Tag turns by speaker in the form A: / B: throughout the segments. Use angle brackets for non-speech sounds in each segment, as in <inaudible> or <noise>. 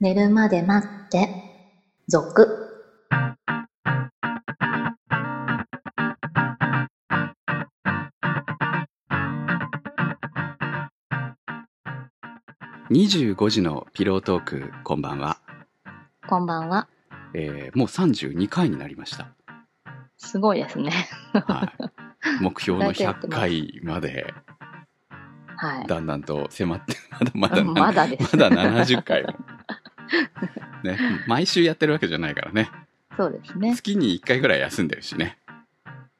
A: 寝るまで待って、続。
B: 25時のピロートークこんばんは、
A: こんばんは。
B: えーもう32回になりました、
A: すごいですね。
B: はい、目標の
A: 大体やって
B: 100
A: ます
B: 回まで
A: はい。
B: だんだんと迫って <laughs> まだまだ
A: <laughs> まだです。
B: まだ70回もね毎週やってるわけじゃないからね
A: そうですね。
B: 月に1回ぐらい休んでるしね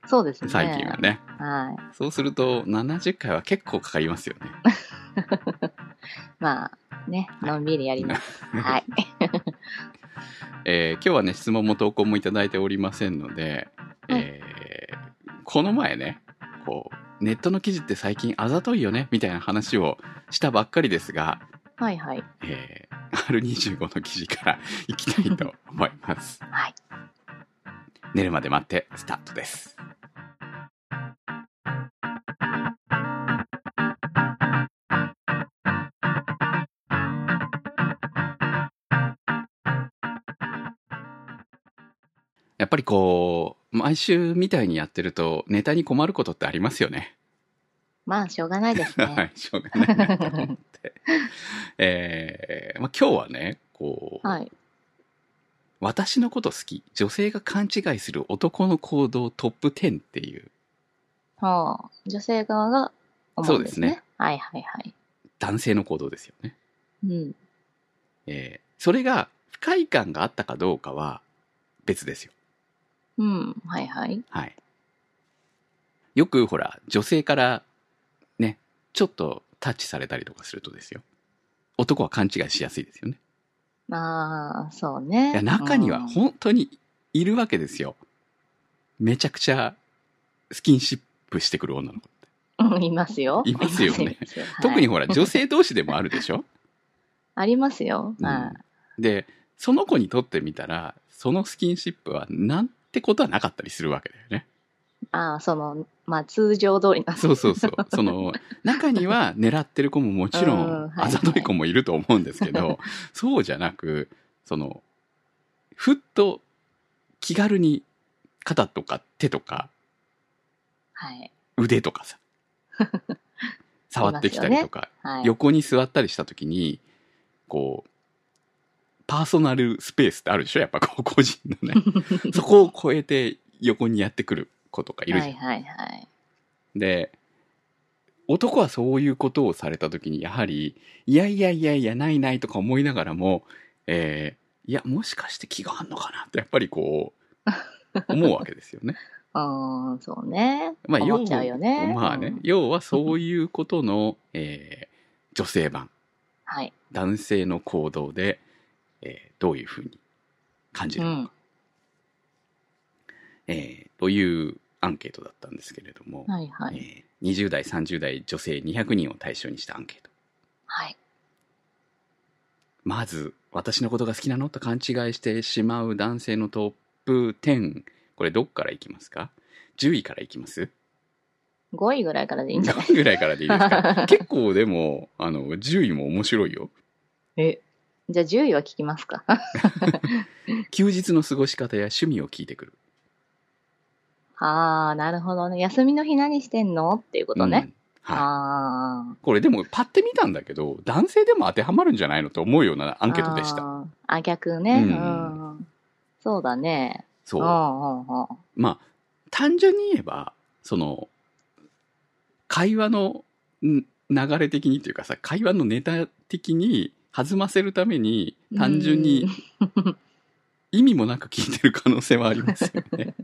A: そうですね。
B: 最近はね
A: はい。
B: そうすると70回は結構かかりますよね
A: まあ、ね、のんびりやります。
B: <laughs>
A: はい。
B: えー今日はね質問も投稿もいただいておりませんので、
A: はい
B: えーこの前ねこうネットの記事って最近あざといよねみたいな話をしたばっかりですが、
A: はいはい。
B: えー R25 の記事からいきたいと思います。
A: はい
B: 寝るまで待ってスタートです。やっぱりこう毎週みたいにやってるとネタに困ることってありますよね。
A: まあ、しょうがない
B: <laughs>
A: です
B: は
A: ね。
B: い、しょうがないなと思って。えーまあ、今日はね、こう、
A: はい。
B: 私のこと好き、女性が勘違いする男の行動トップ10っていう、
A: はあ、女性側が思うんですね。
B: そうです
A: はいはいはい。
B: 男性の行動ですよね。
A: うん。
B: えーそれが不快感があったかどうかは別ですよ。
A: うん。はいはい。
B: はい。よくほら、女性からね、ちょっとタッチされたりとかするとですよ。男は勘違いしやすいですよね。
A: ああ、そうね。
B: いや中には
A: うん
B: 本当にいるわけですよ。めちゃくちゃスキンシップしてくる女の子。
A: うん <laughs> いますよ。
B: いますよね
A: いますよ。はい
B: 特にほら、女性同士でもあるでしょ、
A: ありますよ。
B: う
A: <laughs>
B: ん
A: はい
B: で、その子にとってみたら、そのスキンシップはなんてことはなかったりするわけだよね。 <laughs>
A: ああ、その、まあ、通常通りな。
B: そうそうそう。その、中には狙ってる子ももちろ
A: うん
B: ん、
A: はい
B: あざとい子もいると思うんですけ
A: <laughs>
B: ど、そうじゃなく、その、ふっと気軽に肩とか手とか
A: はい。
B: 腕
A: <laughs>
B: とかさ触ってきたりとか、
A: はい。
B: 横に座ったりした時にこうパーソナルスペースってあるでしょやっぱこう <laughs> 個人のね
A: <laughs>
B: そこを超えて横にやってくる子とかいるじ
A: は
B: ゃん。
A: いはいはい。
B: で男はそういうことをされた時にやはりいやいやいやいやないないとか思いながらも、えーいやもしかして気があんのかなってやっぱりこ
A: <laughs>
B: う思うわけですよね。
A: うーん、そうね。
B: まあ、
A: 思っちゃうよね。
B: 要はまあね、
A: うん
B: 要はそういうことの、 <laughs> えー女性版、
A: はい。
B: 男性の行動で、えーどういうふうに感じ
A: う
B: るのか、
A: ん。
B: えーというアンケートだったんですけれども、
A: はいはい。
B: えー20代、30代女性200人を対象にしたアンケート。
A: はい。
B: まず、私のことが好きなのと勘違いしてしまう男性のトップ10。これどっからいきますか ?10 位からいきます
A: 5位ぐらいからでいいんじゃない
B: 何 <laughs> ぐらいからでいいです
A: <laughs>
B: か結構でも、あの、10位も面白いよ。
A: え。じゃあ10位は聞きますか。 <laughs> は
B: 休日の過ごし方や趣味を聞いてくる。
A: あ、なるほどね。休みの日何してんのっていうことね。
B: うんはい。
A: ああ。
B: これでもパッて見たんだけど、男性でも当てはまるんじゃないのと思うようなアンケートでし
A: あ
B: た。
A: ー。あ、逆ね。う
B: う
A: んん。そうだね。
B: そうう。
A: んうんうん。
B: まあ、単純に言えば、その、会話のん流れ的にというかさ、会話のネタ的に弾ませるために、単純
A: う
B: に
A: ん
B: 意味もなく聞いてる可能性はありますよ
A: <laughs>
B: ね。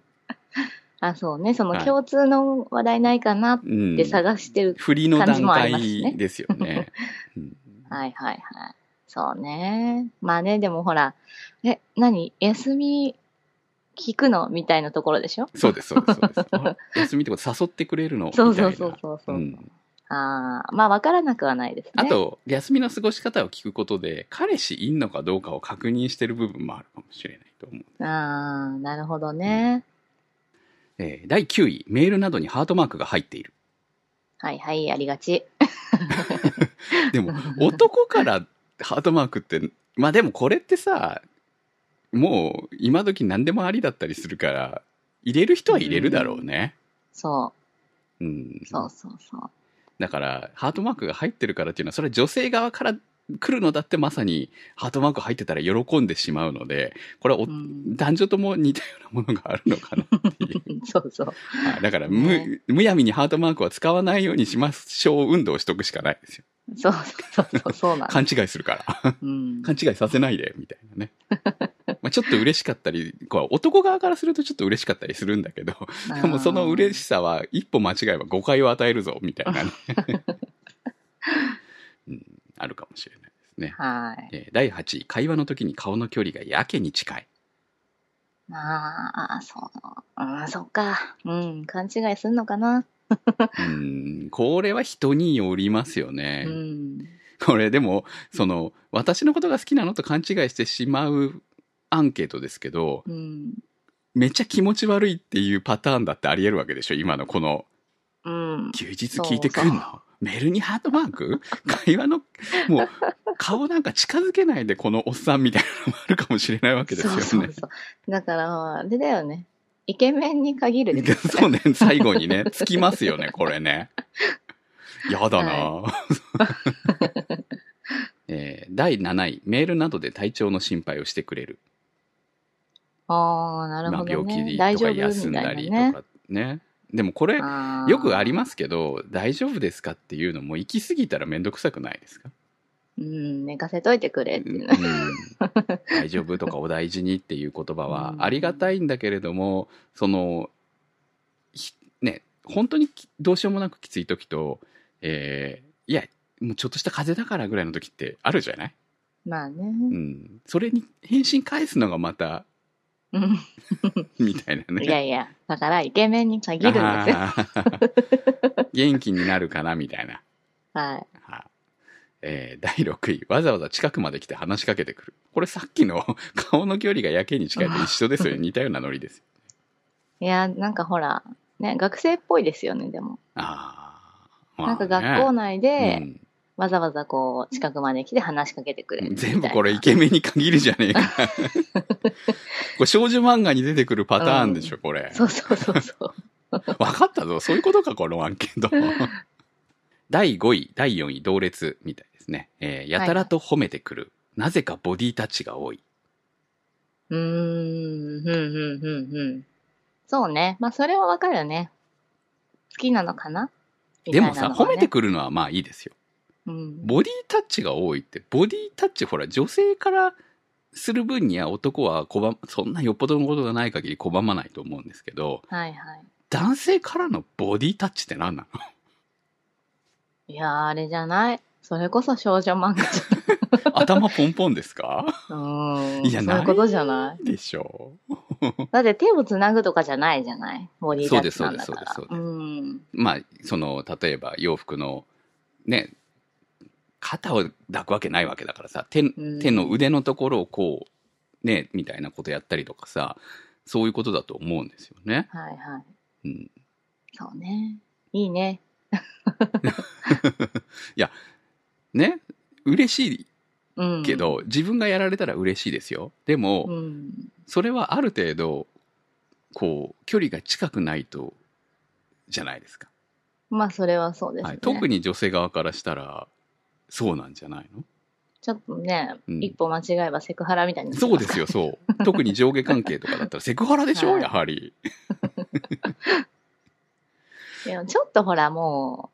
A: あ、そうね。そ
B: は
A: の
B: い
A: 共通の話題ないかなっ
B: うん
A: て。探してる。
B: 振りの
A: 感
B: 段
A: じもありますね
B: 階ですよね。うん
A: はいはいはい。そうね。まあね、でもほら、え、何休み聞くのみたいなところでしょ
B: そうです、そうです、そう
A: <laughs>
B: ですあ。休みってこと誘ってくれるのみたい
A: そ
B: な。
A: うそうそうそうそう。
B: うん
A: ああ、まあわからなくはないですね。
B: あ、と、休みの過ごし方を聞くことで、彼氏いんのかどうかを確認してる部分もあるかもしれないと思う。
A: ああ、なるほどね。
B: えー第9位、メールなどにハートマークが入っている。
A: はいはい、ありがち。 <laughs>
B: でも、男からハートマークってまあでもこれってさ、もう今時何でもありだったりするから、入れる人は入れるだろうね。
A: そ
B: うん
A: う、。そうそうそう。
B: だから、ハートマークが入ってるからっていうのは、それは女性側から来るのだってまさに、ハートマーク入ってたら喜んでしまうので、これはお、
A: うん
B: 男女とも似たようなものがあるのかなっていう。
A: そうそう。
B: はいだから、
A: ね
B: む、むやみにハートマークは使わないようにしましょう運動をしとくしかないですよ。
A: そうそうそうそう、そうなんだ。
B: 勘違いするから。
A: <laughs> うん。
B: 勘違いさせないで、みたいなね。まあちょっと嬉しかったり、こう男側からするとちょっと嬉しかったりするんだけど、でもその嬉
A: し
B: しさは一歩間違えば誤解を与えるぞみた
A: <laughs>
B: いなね、うん、あるかもしれないですね、
A: はい。
B: えー第8位会話の時に顔の距離がやけに近い
A: ああ、そう。うん、そっか。うん、勘違いするのかな。
B: うんこれは人によりますよね、
A: うん。
B: <laughs> これでもその私のことが好きなのと勘違いしてしまうアンケートですけど
A: うん。
B: めっちゃ気持ち悪いっていうパターンだってありえるわけでしょ今のこの
A: うん。
B: 休日聞いてくん
A: そ
B: の
A: う
B: メールにハートマー
A: <laughs>
B: ク会話のもう顔なんか近づけないでこのおっさんみたいなのもあるかもしれないわけですよね。
A: そうそうそう。だから、あれだよね。イケメンに限るでしょ
B: そうね最後にねつきますよねこれね。
A: <laughs>
B: やだな、 <laughs> えー第7位メールなどで体調の心配をしてくれる
A: ああ、なる
B: ま
A: ほ
B: あ、
A: ど、
B: 病気
A: ね。
B: で
A: 大
B: と
A: 丈
B: か
A: 夫
B: 休ん
A: み
B: だ
A: た
B: り
A: い
B: と
A: なね。
B: かねでもこれ
A: あー
B: よくありますけど大丈夫ですかっていうのも行き過ぎたら面倒くさくないですか
A: <laughs> うん、寝かせといてくれっていうね。
B: うん大丈夫とかお大事にっていう言葉は
A: うん
B: ありがたいんだけれども、そのひね本当にきどうしようもなくきつい時と、えーいやもうちょっとした風邪だからぐらいの時ってあるじゃない、
A: まあね。
B: うん、それに返信返すのがまた
A: うん
B: みたいない
A: や
B: ね。
A: いや、だからイケメンに限るんですよ。
B: あー元気になるかなみたいな。
A: はい。
B: はいえー第6位、わざわざ近くまで来て話しかけてくる。これさっきの顔の距離がやけに近いと一緒ですよね。似たようなノリですよ。
A: いや、なんかほら、ね、学生っぽいですよね、でも。
B: ああ、
A: なんか学校
B: の
A: 内で、わざわざこう、近くまで来て話しかけてくれるみたいな。
B: 全部これイケメンに限るじゃね
A: <laughs>
B: えか。これ少女漫画に出てくるパターンでしょ、これ。
A: そうそうそうそう。
B: わかったぞ。そういうことか、このアンケ <laughs> ート。第5位、第4位、同列みたいですね。えーやたらと褒めてくる。なぜかボディタッチが多い。
A: うーん、ふんふんふんふん。そうね。まあ、それはわかるよね。好きなのかな
B: でもさ、褒めて
A: く
B: くるのはまあいいですよ。
A: る。うん。
B: ボディタッチが多いって、ボディタッチほら、女性からする分には男は拒ま、そんなよっぽどのことがない限り拒まないと思うんですけど、
A: はいはい。
B: 男性からのボディタッチって何なの
A: いやー、あれじゃない。それこそ少女漫画じ
B: 頭ポンポンですか
A: ゃ
B: <laughs>
A: ん。うーん。
B: いや、
A: そういうことじゃない。
B: でしょう。
A: だって手をつなぐとかじゃないじゃないボディータッチなんだから。
B: そうですそうですそうです
A: うん。
B: まあ、その、例えば洋服の、ね、肩を抱くわけないわけだからさ、手、
A: ん
B: 手の腕のところをこう、ね、みたいなことやったりとかさ、そういうことだと思うんですよね。
A: はいはい。
B: うん。
A: そうね。いいね。
B: ね嬉し
A: うん。
B: いけ、ど、自分がやられたら嬉しいですよでも、
A: うん。
B: それはある程度こう距離が近くないとじゃないですか
A: まあ、それはそうですね。
B: はい、特に女性側からしたらそうなんじゃないの
A: ちょっとね、
B: うん
A: 一歩間違えばセクハラみたいになっちゃい
B: そう
A: ま
B: ですよそ
A: <laughs>
B: う特に上下関係とかだったらセクハラでしょ、
A: はい
B: やはり
A: いやちょっとほら、も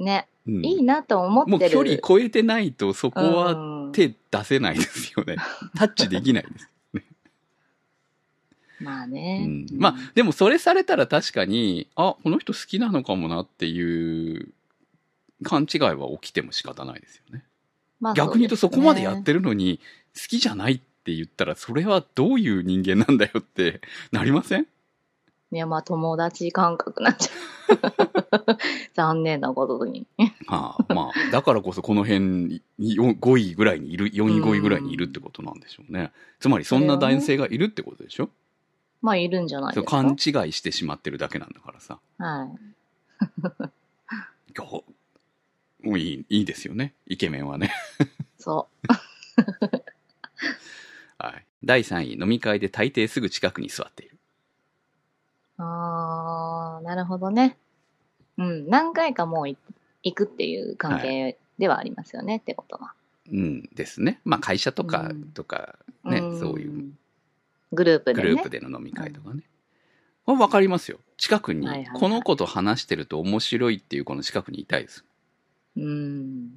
A: う、ね、
B: うん
A: いいなと思
B: も
A: っ
B: う
A: てる。
B: 距離超えてないとそこは
A: うん
B: 手出せないです
A: <laughs>
B: よね、タッチできないです
A: まあね。
B: うんまあでもそれされたら確かにあこの人好きなのかもなっていう勘違いは起きても仕方ないですよね
A: まあ
B: 逆に言うとそこまでやっ
A: る。
B: てるのに好きじゃないって言ったらそれはどういう人間なんだよってなりません
A: いや、まあ友達感覚なっちゃう。 <laughs> 残念なことに。
B: ああまあだからこそこの辺によ5位ぐらいにいる4位5位ぐらいにいるってことなんでしょうねつまりそんな男性がいるってことでしょ
A: まあいるんじゃない
B: そ
A: で
B: う
A: すか。
B: 勘違いしてしまってるだけなんだからさ
A: はい。
B: いやもういいいいですよねイケメンはね
A: そ
B: <laughs> はい、第3位飲み会で大抵すぐ近くに座っている
A: ああ、なるほどね。うん、何回かもうい行くっていう関係ではありますよね、ってことは。
B: うんですねまあ会社とか、
A: うん
B: とかね、
A: ん
B: そういう。
A: グループで
B: グ
A: ね。
B: ループでの飲み会とかね、これ分かりますよ近くに
A: はいはいはい
B: この子と話してると面白いっていう子の近くにいたいです、
A: うん。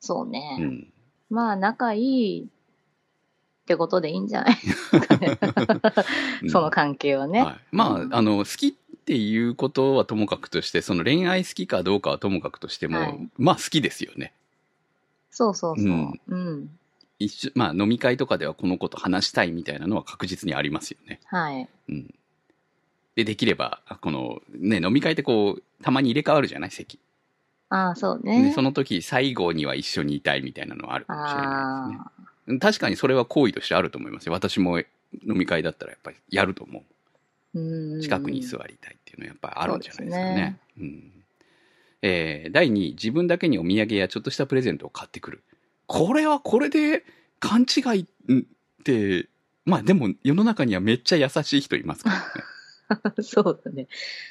A: そうね。
B: うん、
A: まあ、仲いいってことでいいんじゃないですかね
B: うん
A: その関係はね。
B: はい、まああの好きっていうことはともかくとしてその恋愛好きかどうかはともかくとしても、
A: はい
B: まあ好きですよね
A: そうそうそう。
B: う
A: うんん。
B: 一緒まあ飲み会とかではこの子と話したいみたいなのは確実にありますよね
A: はい。
B: うんでできればあこのね飲み会ってこうたまに入れ替わるじゃない席、
A: ああ、そう
B: で
A: ね。
B: その時最後には一緒にいたいみたいなのはあるかもしれないです
A: ああ、
B: ね確かにそれは行為としてあると思いますよ。私も飲み会だったらやっぱりやると思
A: うん。
B: う。近くに座
A: る。
B: りたいっていうのはやっぱりあるんじゃないですかね。
A: そうですね
B: うんえー第2位、自分だけにお土産やちょっとしたプレゼントを買ってくる。これはこれで勘違いんって、まあでも世の中にはめっちゃ優しい人いま
A: <laughs>
B: すからね。
A: <laughs> そうだね。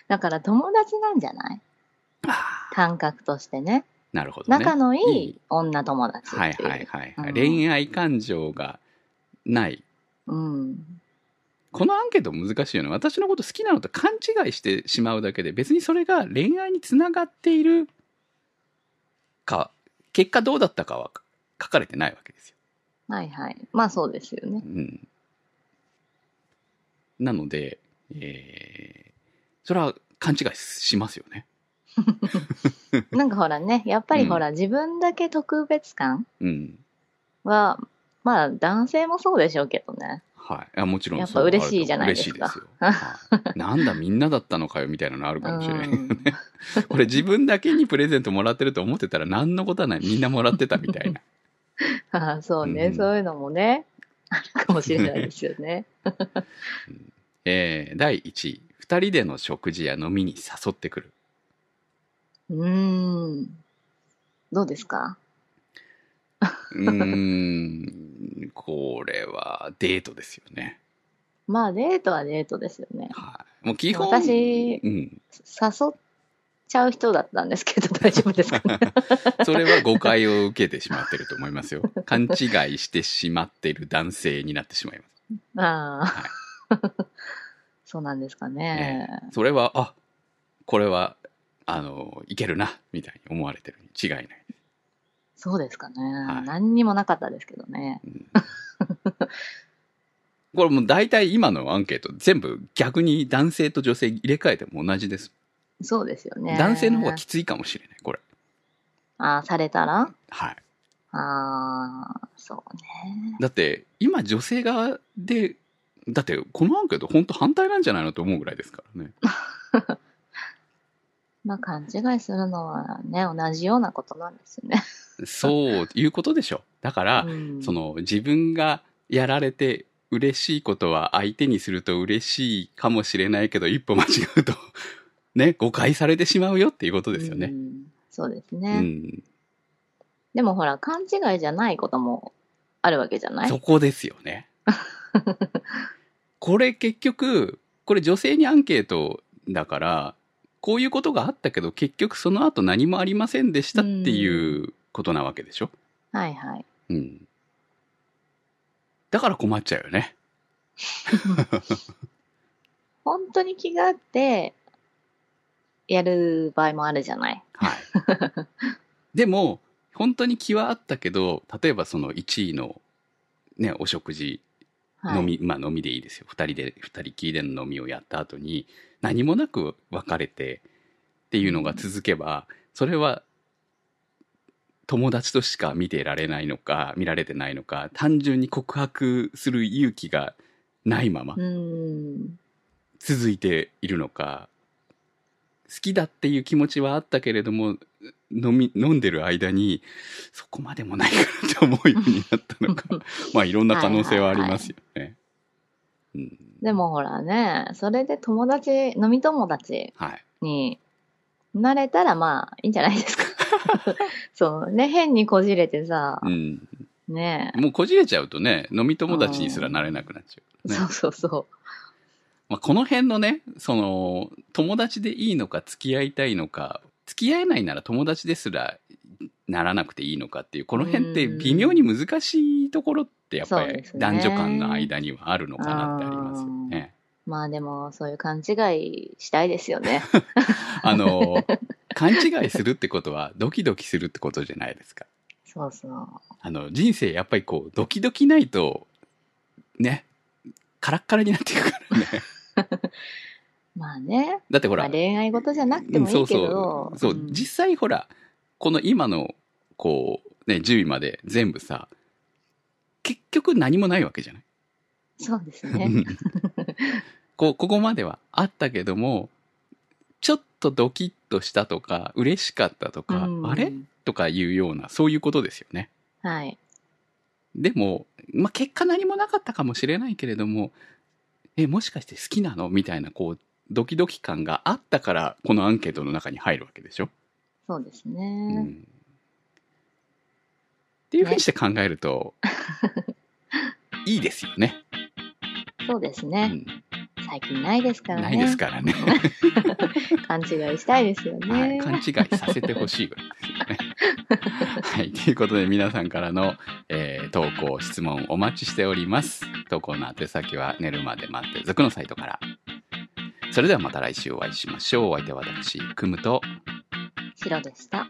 A: だから友達なんじゃない
B: あー
A: 感覚としてね。
B: なるほどね。
A: 仲のい
B: いい
A: い女友達っていう。
B: はいはいはい、はい
A: うん
B: 恋愛感情がない。
A: うん。
B: このアンケート難しいよね。私のこと好きなのと勘違いしてしまうだけで、別にそれが恋愛につながっているか、結果どうだったかは書かれてないわけですよ。
A: はいはい。まあそうですよね
B: <laughs> う。ん。なので、えー、それは勘違いしますよね。
A: なんかほらね、やっぱりほら、自分だけ特別感
B: うん。
A: は、まあ男性もそうでしょうけどね。
B: はい。あもちろん
A: やっぱ
B: それはある
A: 嬉しいじゃないですか
B: 嬉しいですよ。はいなんだみんなだったのかよみたいなのあるかもしれない。これ自分だけにプレゼントもらってると思ってたら何のことはない。みんなもらってたみたいな。
A: うんそうね、
B: うん
A: そういうのもね、あるかもしれないですよ
B: <laughs>
A: ね。
B: えー第1位2人での食事や飲みに誘ってくる
A: うーん。どうですか
B: うーんこれはデートですよね、
A: まあデートはデートですよね。
B: はい、もう基本
A: 私
B: うん、
A: 誘っちゃう人だったんですけ
B: <laughs>
A: ど、大丈夫ですかね。
B: それは誤解を受けてしまってると思います
A: <laughs>
B: よ勘違いしてしまっている男性になってしまいます
A: ああ。そうなんですかね。
B: それはあこれはあのいけるなみたいに思われてるに違いない、
A: そうですかね、
B: い
A: 何にもなかったですけどね。
B: うん、これもう大体今のアンケート全部逆に男性と女性入れ替えても同じです
A: そうですよね。
B: 男性の方がきついかもしれない、これ。
A: ああ、されたら
B: はい。
A: ああ、そうね。
B: だって、今女性側で、だって、このアンケート本当反対なんじゃないのと思うぐらいですからね。
A: まあ、勘違いするのはね、同じようなことなんですよね。
B: そういうことでしょ。だから、
A: うん
B: その、自分がやられて嬉しいことは相手にすると嬉しいかもしれないけど、一歩間違うと、ね、誤解されてしまうよっていうことですよ
A: う
B: ね。
A: んそうです
B: う
A: ね、
B: ん。
A: でもほら、勘違いじゃないこともあるわけじゃない
B: そこですよね。これ結局、これ女性にアンケートだから、こういうことがあったけど、結局その後何もありませんでしたっていうことなわけでしょ。
A: はいはい。
B: うん。だから困っちゃうよね。
A: 本当に気があって、やる場合もあるじゃない。
B: はい。でも、本当に気はあったけど、例えばその1位の、ね、お食事
A: はい、
B: 飲み、まあ飲みでいいですよ。二人で、二人きりでの飲みをやった後に、何もなく別れてっていうのが続けば、それは、友達としか見てられないのか、見られてないのか、単純に告白する勇気がないまま
A: うん。
B: 続いているのか、好きだっていう気持ちはあったけれども、飲み、飲んでる間に、そこまでもないかなって思うようになったの <laughs> か、まあいろんな可能性はありますよね。うん
A: でもほらね、それで友達、飲み友達
B: はい。
A: になれ
B: <laughs>
A: たらまあいいんじゃないですか。そうね、変にこじれてさ、
B: うん。
A: ね
B: もうこじれちゃうとね、飲み友達にすらなれなくなっちゃう
A: え。
B: からね。
A: そうそうそ
B: まあ、この辺のね、その、友達でいいのか付き合いたいのか、付き合えないなら友達ですらならなくていいのかっていう、この辺って微妙に難しいところってやっぱ
A: そう
B: り
A: ですね
B: 男女間の間にはあるのかなってありますよね。
A: う。まあでも、そういう勘違いしたいですよ
B: <laughs>
A: ね。
B: あの、勘違いするってことはドキドキするってことじゃないですか。
A: そうそう。
B: あの、人生やっぱりこう、ドキドキないと、ね、カラッカラになっていくからね。
A: まあね、
B: だってほ
A: ま
B: ら
A: あ、恋愛事じゃなくてもいいけど
B: う、んそうそうそう、
A: ん
B: 実際ほらこの今のこうね10位まで全部さ結局何もないわけじゃない
A: そうです
B: う
A: ね。
B: んこうここまではあったけどもちょっとドキッとしたとか嬉しかったとか、
A: うん
B: あれとかいうようなそういうことですよね
A: はい。
B: でも、まあ、結果何もなかったかもしれないけれどもえもしかして好きなのみたいなこうドキドキ感があったからこのアンケートの中に入るわけでしょ
A: そうです
B: う
A: ね。
B: んっていうふうにして考えると、いいですよね。
A: そうです
B: う
A: ね。
B: ん
A: 最近ないですからね。
B: ないですからね。
A: 勘違いしたいですよ
B: はい、
A: ね。
B: 勘違いさせてほしいぐらい
A: <laughs>
B: ですよね。はい、ということで皆さんからの、えー投稿、質問お待ちしております。投稿の宛先は寝るまで待って続のサイトから。それではまた来週お会いしましょう。お相手は私、くむと。
A: 白でした。